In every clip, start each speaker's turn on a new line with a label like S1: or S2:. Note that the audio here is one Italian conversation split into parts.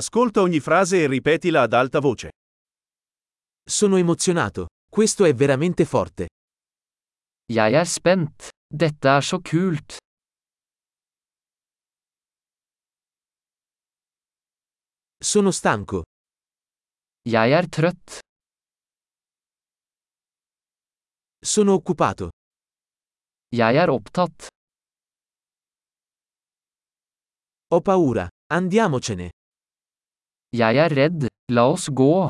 S1: Ascolta ogni frase e ripetila ad alta voce.
S2: Sono emozionato. Questo è veramente forte.
S3: Jeg er spent. Dette er så kult.
S2: Sono stanco.
S3: Jeg er trøtt.
S2: Sono occupato.
S3: Jeg er opptatt.
S2: Ho paura. Andiamocene.
S3: Jeg er redd. La oss gå.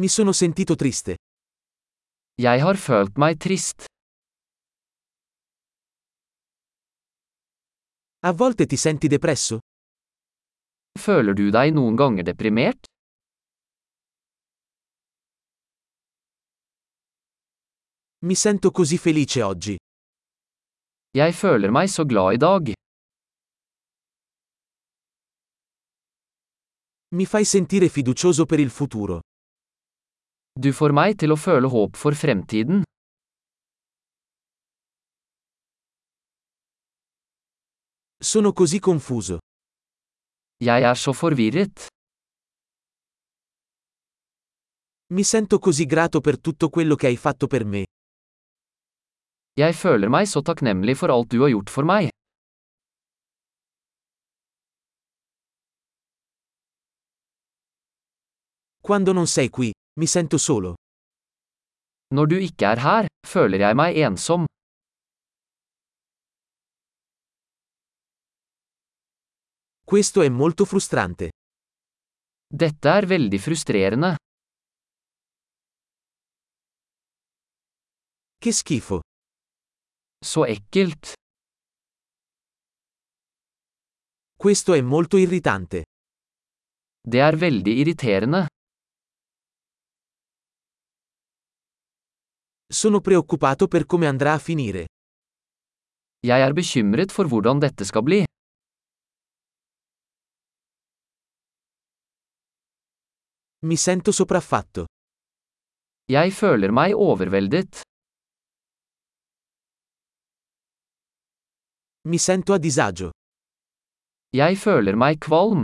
S2: Mi sono sentito triste.
S3: Jeg har følt meg trist.
S2: A volte ti senti depresso?
S3: Føler du deg noen ganger deprimert?
S2: Mi sento così felice oggi.
S3: Jeg føler meg så glad i dag.
S2: Mi fai sentire fiducioso per il futuro.
S3: Du får meg til å føle håp for fremtiden.
S2: Sono così confuso.
S3: Jeg er så forvirret.
S2: Mi sento così grato per tutto quello che hai fatto per me.
S3: Jeg føler meg så takknemlig for alt du har gjort for meg.
S2: Quando non sei qui, mi sento solo.
S3: Når du ikke er her, føler jeg meg ensom.
S2: Questo è molto frustrante.
S3: Dette er veldig frustrerende.
S2: Che schifo.
S3: Så ekkelt.
S2: Questo è molto irritante.
S3: Det er veldig irriterende.
S2: Sono preoccupato per come andrà a finire.
S3: Jeg er bekymret for hvordan dette skal bli.
S2: Mi sento sopraffatto.
S3: Jeg føler meg overveldet.
S2: Mi sento a disagio.
S3: Jeg føler meg kvalm.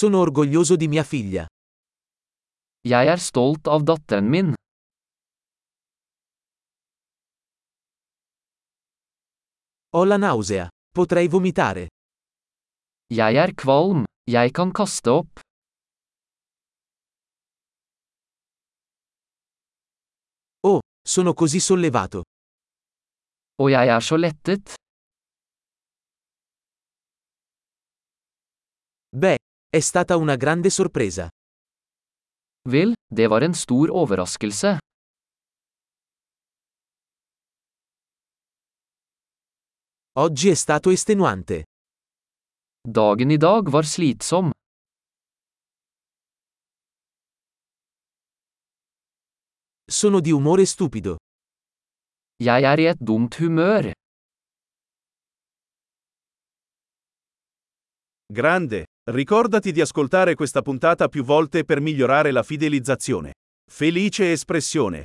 S2: Sono orgoglioso di mia figlia.
S3: Jeg er stolt av datteren min.
S2: Ho la nausea. Potrei vomitare.
S3: Jeg er kvalm. Jeg kan kaste opp.
S2: Sono così sollevato.
S3: Og jeg er så lettet.
S2: Beh, è stata una grande sorpresa.
S3: Vel, det var en stor overraskelse.
S2: Oggi è stato estenuante.
S3: Dagen i dag var slitsom.
S2: Sono di umore stupido.
S3: Jeg er i et dumt humør.
S1: Grande. Ricordati di ascoltare questa puntata più volte per migliorare la fidelizzazione. Felice espressione.